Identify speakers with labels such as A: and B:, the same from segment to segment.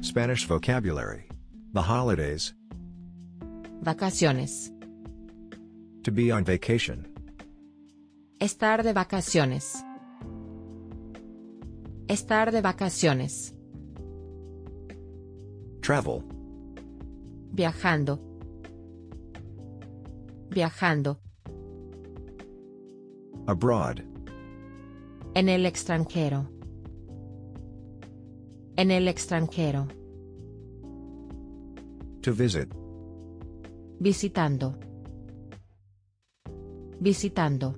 A: Spanish vocabulary. The holidays,
B: Vacaciones.
A: to be on vacation,
B: Estar de vacaciones. Estar de vacaciones.
A: travel,
B: Viajando. Viajando.
A: abroad,
B: En el extranjero. En el extranjero.
A: to visit,
B: Visitando. Visitando.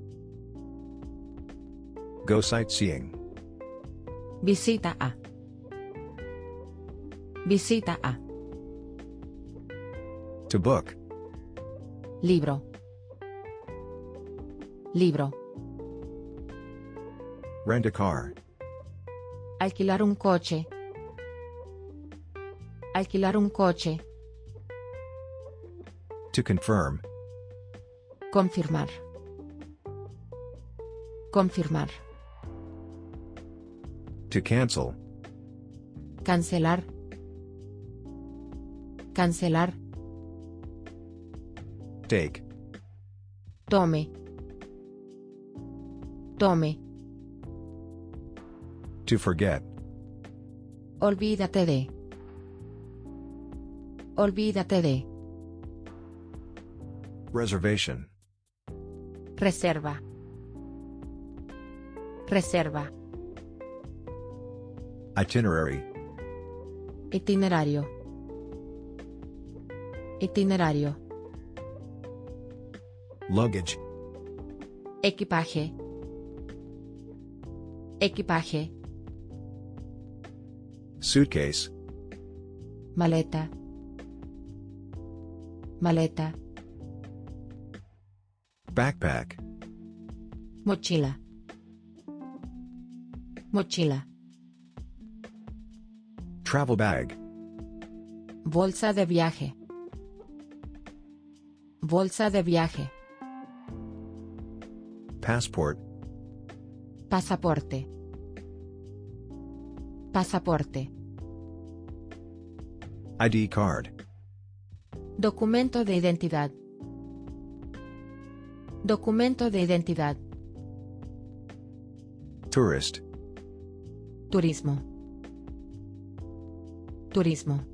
A: go sightseeing,
B: Visita a. Visita a.
A: to book,
B: Libro. Libro.
A: rent a car,
B: Alquilar un coche. Alquilar un coche.
A: to confirm,
B: Confirmar. Confirmar.
A: to cancel,
B: Cancelar. Cancelar.
A: take,
B: Tome. Tome.
A: to forget,
B: Olvídate de. Olvídate de.
A: reservation,
B: Reserva. Reserva.
A: itinerary,
B: Itinerario. Itinerario.
A: luggage,
B: Equipaje. Equipaje.
A: suitcase,
B: Maleta. Maleta.
A: backpack,
B: Mochila. Mochila.
A: travel bag,
B: Bolsa de viaje. Bolsa de viaje.
A: passport,
B: Pasaporte. Pasaporte.
A: ID card,
B: Documento de identidad. Documento de identidad.
A: tourist,
B: Turismo. Turismo.